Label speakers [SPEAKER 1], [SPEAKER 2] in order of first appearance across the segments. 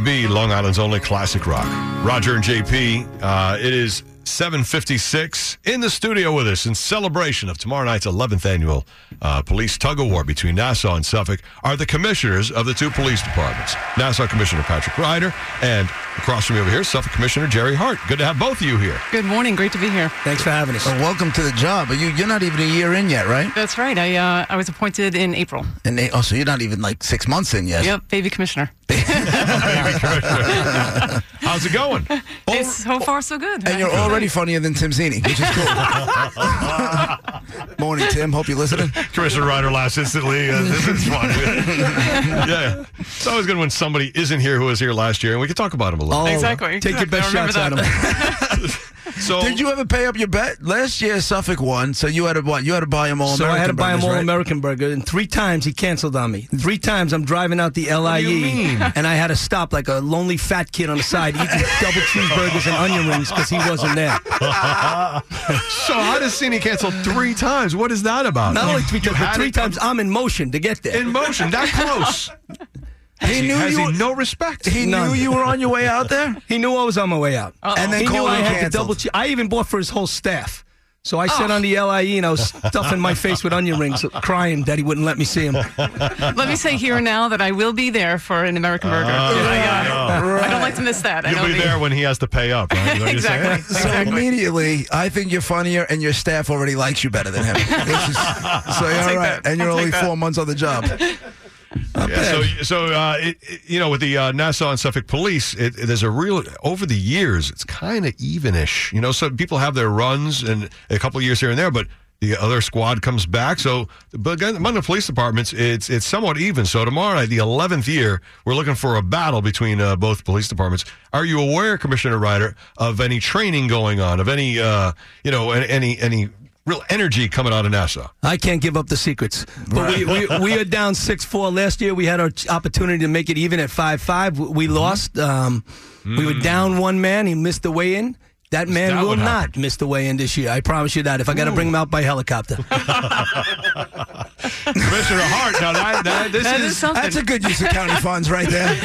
[SPEAKER 1] KORC, Long Island's only classic rock. Roger and JP, uh, it is 7.56 in the studio with us in celebration of tomorrow night's 11th annual uh, police tug-of-war between Nassau and Suffolk are the commissioners of the two police departments, Nassau Commissioner Patrick Ryder and across from me over here, Suffolk Commissioner Jerry Hart. Good to have both of you here.
[SPEAKER 2] Good morning. Great to be here.
[SPEAKER 3] Thanks for having us.
[SPEAKER 4] Well, welcome to the job. But you, you're not even a year in yet, right?
[SPEAKER 2] That's right. I uh, I was appointed in April.
[SPEAKER 4] And they, oh, so you're not even like six months in yet.
[SPEAKER 2] Yep, baby commissioner.
[SPEAKER 1] How's it going?
[SPEAKER 2] It's so far so good.
[SPEAKER 4] And you're already funnier than Tim Zini, which is cool. Morning, Tim. Hope you're listening.
[SPEAKER 1] Commissioner Ryder laughs instantly. Uh, this is fun. yeah, it's always good when somebody isn't here who was here last year, and we can talk about him a little.
[SPEAKER 4] Oh,
[SPEAKER 2] Exactly.
[SPEAKER 4] Take your best
[SPEAKER 2] I
[SPEAKER 4] shots
[SPEAKER 2] remember
[SPEAKER 4] at
[SPEAKER 2] that.
[SPEAKER 4] him.
[SPEAKER 1] So
[SPEAKER 4] Did you ever pay up your bet? Last year, Suffolk won, so you had to what? You had to buy them all.
[SPEAKER 3] So I had to buy him
[SPEAKER 4] burgers,
[SPEAKER 3] all
[SPEAKER 4] right?
[SPEAKER 3] American burger, and three times he canceled on me. Three times I'm driving out the LIE,
[SPEAKER 1] do you mean?
[SPEAKER 3] and I had to stop like a lonely fat kid on the side eating double cheeseburgers and onion rings because he wasn't there.
[SPEAKER 1] so how does Cini cancel three times? What is that about?
[SPEAKER 3] Not only
[SPEAKER 1] You-
[SPEAKER 3] three
[SPEAKER 1] you
[SPEAKER 3] times, but
[SPEAKER 1] had
[SPEAKER 3] three
[SPEAKER 1] it come
[SPEAKER 3] times I'm in motion to get there.
[SPEAKER 1] in motion that close.
[SPEAKER 4] He knew
[SPEAKER 1] has
[SPEAKER 4] you.
[SPEAKER 1] he no respect.
[SPEAKER 4] he
[SPEAKER 3] None.
[SPEAKER 4] knew you were on your way out there.
[SPEAKER 3] He knew I was on my way out,
[SPEAKER 4] And then
[SPEAKER 3] he knew
[SPEAKER 4] called
[SPEAKER 3] I
[SPEAKER 4] and
[SPEAKER 3] had
[SPEAKER 4] canceled.
[SPEAKER 3] to double. Che- I even bought for his whole staff. So I sat on the LIE and I was stuffing my face with onion rings, crying that he wouldn't let me see him.
[SPEAKER 2] Let me say here and now that I will be there for an American burger. I, uh, I don't like to miss that. I
[SPEAKER 1] You'll
[SPEAKER 2] don't
[SPEAKER 1] be
[SPEAKER 2] think-
[SPEAKER 1] there when he has to pay up. Right? Is that what you're saying?
[SPEAKER 2] exactly.
[SPEAKER 4] So
[SPEAKER 2] exactly.
[SPEAKER 4] immediately, I think you're funnier, and your staff already likes you better than him. Which is, so you're all
[SPEAKER 2] take
[SPEAKER 4] right,
[SPEAKER 2] that.
[SPEAKER 4] and you're
[SPEAKER 2] I'll take
[SPEAKER 4] only
[SPEAKER 2] that.
[SPEAKER 4] four months on the job.
[SPEAKER 1] Yeah, so, so uh, it, it- you know, with the uh, Nassau and Suffolk Police, it, it- there's a real over the years. It's kind of evenish, you know. So people have their runs and a couple of years here and there, but the other squad comes back. So, but again, among the police departments, it's it's somewhat even. So tomorrow night, the 11th year, we're looking for a battle between uh, both police departments. Are you aware, Commissioner Ryder, of any training going on? Of any, uh, you know, an- any any real energy coming out of Nassau?
[SPEAKER 3] I can't give up the secrets. But we, we, we are down 6 4. Last year, we had our ch- opportunity to make it even at 5 5. We
[SPEAKER 1] Mm-hmm.
[SPEAKER 3] lost. Um, We were down one man. He missed the weigh in. That man
[SPEAKER 1] Mm. that
[SPEAKER 3] will
[SPEAKER 1] what
[SPEAKER 3] not
[SPEAKER 1] happened?
[SPEAKER 3] miss the weigh in this year. I promise you that. If I got to bring him out by helicopter,
[SPEAKER 1] Commissioner Hart, now that, that- this
[SPEAKER 2] That
[SPEAKER 1] is
[SPEAKER 2] is something.
[SPEAKER 4] That's a good use of county funds right there.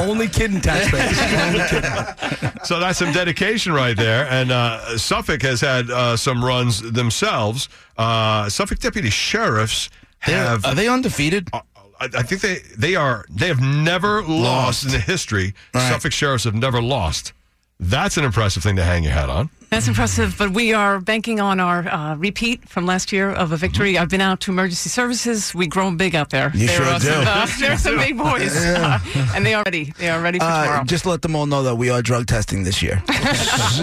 [SPEAKER 3] only kidding, taxpayers. Only kidding.
[SPEAKER 1] So that's some dedication right there. And uh, Suffolk has had uh, some runs themselves. Uh, Suffolk deputy sheriffs have.
[SPEAKER 4] Are they undefeated?
[SPEAKER 1] I I think they, they are they have never lost,
[SPEAKER 4] Lost.
[SPEAKER 1] in the history.
[SPEAKER 4] Right.
[SPEAKER 1] Suffolk sheriffs have never lost. That's an impressive thing to hang your hat on.
[SPEAKER 2] That's impressive, but we are banking on our uh, repeat from last year of a victory. I've been out to emergency services. We've grown big out there.
[SPEAKER 4] You
[SPEAKER 2] there
[SPEAKER 4] sure
[SPEAKER 2] are
[SPEAKER 4] do.
[SPEAKER 2] Some, uh, there are some big boys, uh, and they are ready. They are ready for tomorrow.
[SPEAKER 4] Uh, just let them all know that we are drug testing this year. Just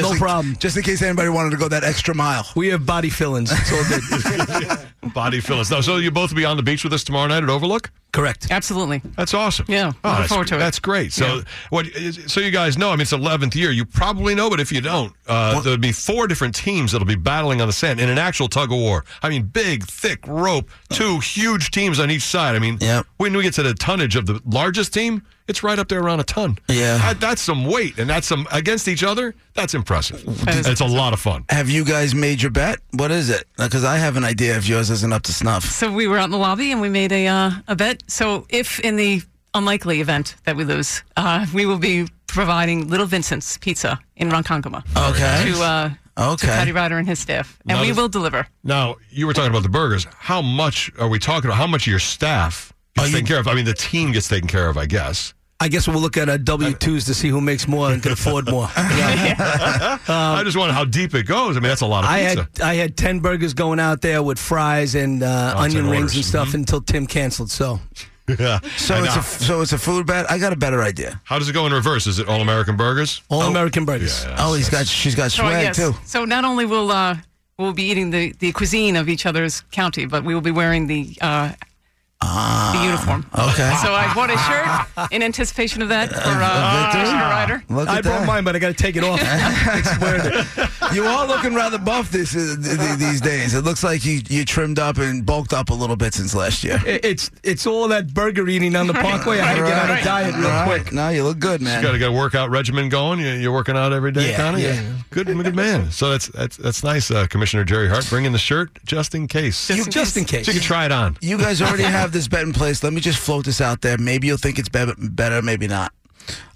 [SPEAKER 3] No
[SPEAKER 4] in-
[SPEAKER 3] problem.
[SPEAKER 4] Just in case anybody wanted to go that extra mile.
[SPEAKER 3] We have body fillings. It's all good.
[SPEAKER 1] Body Phillips. Now, so you both be on the beach with us tomorrow night at Overlook.
[SPEAKER 3] Correct.
[SPEAKER 2] Absolutely.
[SPEAKER 1] That's awesome. Oh,
[SPEAKER 2] Yeah, looking
[SPEAKER 1] that's,
[SPEAKER 2] forward to it.
[SPEAKER 1] That's great. So what? is- So you guys know. I mean, it's eleventh year. You probably know, but if you don't, uh, there'll be four different teams that'll be battling on the sand in an actual tug of war. I mean, big, thick rope, two huge teams on each side. I mean,
[SPEAKER 4] Yep.
[SPEAKER 1] when we get to the tonnage of the largest team, it's right up there around a ton.
[SPEAKER 4] Yeah.
[SPEAKER 1] That- that's some weight, and that's some against each other. That's impressive.
[SPEAKER 2] That is
[SPEAKER 1] It's a lot of fun.
[SPEAKER 4] Have you guys made your bet? What is it? Because I have an idea if yours isn't up to snuff.
[SPEAKER 2] So we were out in the lobby and we made a uh, a bet. So if in the unlikely event that we lose, uh, we will be providing Little Vincent's Pizza in Ronkonkoma
[SPEAKER 4] Okay.
[SPEAKER 2] to uh,
[SPEAKER 4] Okay.
[SPEAKER 2] to Patty Ryder and his staff, and
[SPEAKER 1] Now
[SPEAKER 2] we
[SPEAKER 1] this-
[SPEAKER 2] will deliver.
[SPEAKER 1] Now, you were talking about the burgers. How much are we talking about? How much of your staff gets
[SPEAKER 4] Are you-
[SPEAKER 1] taken care of? I mean, the team gets taken care of, I guess.
[SPEAKER 3] I guess we'll look at our W 2s to see who makes more and can afford more. Yeah.
[SPEAKER 1] I just wonder how deep it goes. I mean, that's a lot of
[SPEAKER 3] I
[SPEAKER 1] pizza.
[SPEAKER 3] had I had ten burgers going out there with fries and uh,
[SPEAKER 1] Oh, 10
[SPEAKER 3] onion rings and
[SPEAKER 1] orders.
[SPEAKER 3] stuff until Tim canceled. So
[SPEAKER 1] yeah.
[SPEAKER 4] So
[SPEAKER 1] And
[SPEAKER 4] it's a
[SPEAKER 1] now,
[SPEAKER 4] so it's a food bet. I got a better idea.
[SPEAKER 1] how does it go in reverse? Is it all American burgers?
[SPEAKER 3] all American burgers.
[SPEAKER 1] Yeah.
[SPEAKER 4] Oh, he's got she's got
[SPEAKER 2] So,
[SPEAKER 4] swag too.
[SPEAKER 2] So not only will uh, we'll be eating the, the cuisine of each other's county, but we will be wearing the uh,
[SPEAKER 4] Ah.
[SPEAKER 2] the uniform.
[SPEAKER 4] Okay.
[SPEAKER 2] So I bought a shirt in anticipation of that for uh,
[SPEAKER 4] victory?
[SPEAKER 2] Commissioner Ryder.
[SPEAKER 4] Look
[SPEAKER 3] I
[SPEAKER 4] at
[SPEAKER 3] brought
[SPEAKER 4] that.
[SPEAKER 3] mine, but I got to take it off. It's weird.
[SPEAKER 4] You are looking rather buff this uh, th- th- these days. It looks like you you trimmed up and bulked up a little bit since last year.
[SPEAKER 3] It- it's it's all that burger eating on the Parkway. I got to get on a
[SPEAKER 4] Right.
[SPEAKER 3] diet real
[SPEAKER 4] All right.
[SPEAKER 3] quick.
[SPEAKER 4] No, you look good, man.
[SPEAKER 1] You got to get a workout regimen going. You- You're working out every day,
[SPEAKER 3] Yeah,
[SPEAKER 1] Connie.
[SPEAKER 3] yeah.
[SPEAKER 1] Good, good man. So that's that's that's nice, uh, Commissioner Jerry Hart. Bring in the shirt just in case,
[SPEAKER 3] You- just in case.
[SPEAKER 1] so you can try it on.
[SPEAKER 4] You guys already have have this bet in place. Let me just float this out there. Maybe you'll think it's be- better, maybe not.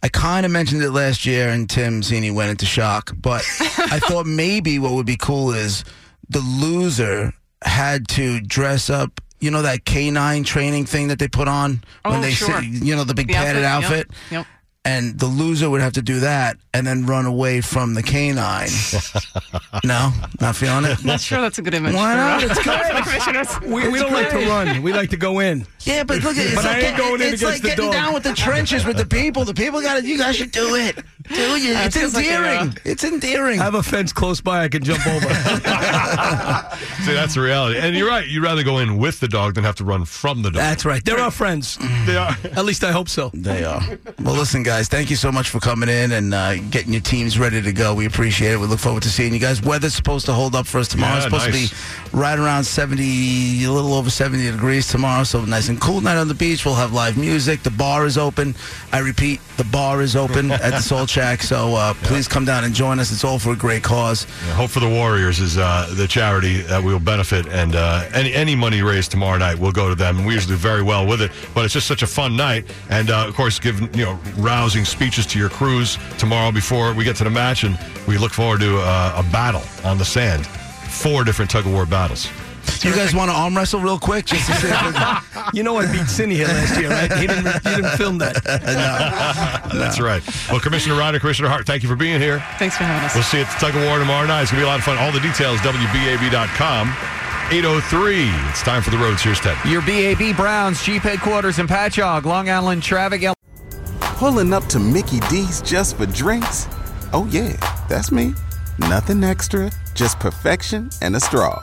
[SPEAKER 4] I kind of mentioned it last year, and Tim Zini went into shock. But I thought maybe what would be cool is the loser had to dress up. You know that canine training thing that they put on when
[SPEAKER 2] Oh,
[SPEAKER 4] they,
[SPEAKER 2] sure.
[SPEAKER 4] sit, you know, the big
[SPEAKER 2] The
[SPEAKER 4] padded outfit
[SPEAKER 2] outfit, yep, yep.
[SPEAKER 4] and the loser would have to do that and then run away from the canine. no, not feeling it.
[SPEAKER 2] Not sure that's a good image.
[SPEAKER 4] Why
[SPEAKER 2] for,
[SPEAKER 4] not?
[SPEAKER 2] uh,
[SPEAKER 4] It's good.
[SPEAKER 2] commissioners.
[SPEAKER 3] We, we don't like to run. We like to go in.
[SPEAKER 4] Yeah, but look, it's
[SPEAKER 3] But I
[SPEAKER 4] like,
[SPEAKER 3] ain't
[SPEAKER 4] getting-
[SPEAKER 3] going in
[SPEAKER 4] it's
[SPEAKER 3] against
[SPEAKER 4] like
[SPEAKER 3] the
[SPEAKER 4] getting
[SPEAKER 3] dog.
[SPEAKER 4] down with the trenches with the people. The people got to, you guys should do it. Do you?
[SPEAKER 2] Uh,
[SPEAKER 4] It's
[SPEAKER 2] it feels like they're,
[SPEAKER 4] endearing. It's endearing.
[SPEAKER 3] I have a fence close by I can jump over.
[SPEAKER 1] See, that's the reality. And you're right. You'd rather go in with the dog than have to run from the dog.
[SPEAKER 3] That's right. They're our friends.
[SPEAKER 1] They are-
[SPEAKER 3] At least I hope so.
[SPEAKER 4] They are. Well, listen, guys, thank you so much for coming in and uh, getting your teams ready to go. We appreciate it. We look forward to seeing you guys. Weather's supposed to hold up for us tomorrow. it's
[SPEAKER 1] Yeah,
[SPEAKER 4] supposed
[SPEAKER 1] nice.
[SPEAKER 4] to be right around 70, a little over 70 degrees tomorrow. So nice and cool night on the beach. We'll have live music. The bar is open. I repeat, the bar is open at the Soul Shack. So uh, please come down and join us. It's all for a great cause.
[SPEAKER 1] Yeah, Hope for the Warriors is uh, the charity that we will benefit, and uh, any any money raised tomorrow night will go to them. And we usually do very well with it, but it's just such a fun night, and uh, of course, give you know rousing speeches to your crews tomorrow before we get to the match, and we look forward to uh, a battle on the sand, four different tug of war battles.
[SPEAKER 4] You guys want to arm wrestle real quick? Just to see if
[SPEAKER 3] You know I beat Cindy here last year, right? He didn't, he didn't film that.
[SPEAKER 1] That's right. Well, Commissioner Ryder, Commissioner Hart, thank you for being here.
[SPEAKER 2] Thanks for having us.
[SPEAKER 1] We'll see you at the tug of war tomorrow night. It's gonna be a lot of fun. All the details wbab.com. 803. It's time for the roads. Here's Ted.
[SPEAKER 5] Your BAB Browns, Jeep headquarters in Patchogue, Long Island traffic.
[SPEAKER 6] Pulling up to Mickey D's just for drinks? Oh, yeah, that's me. Nothing extra, just perfection and a straw.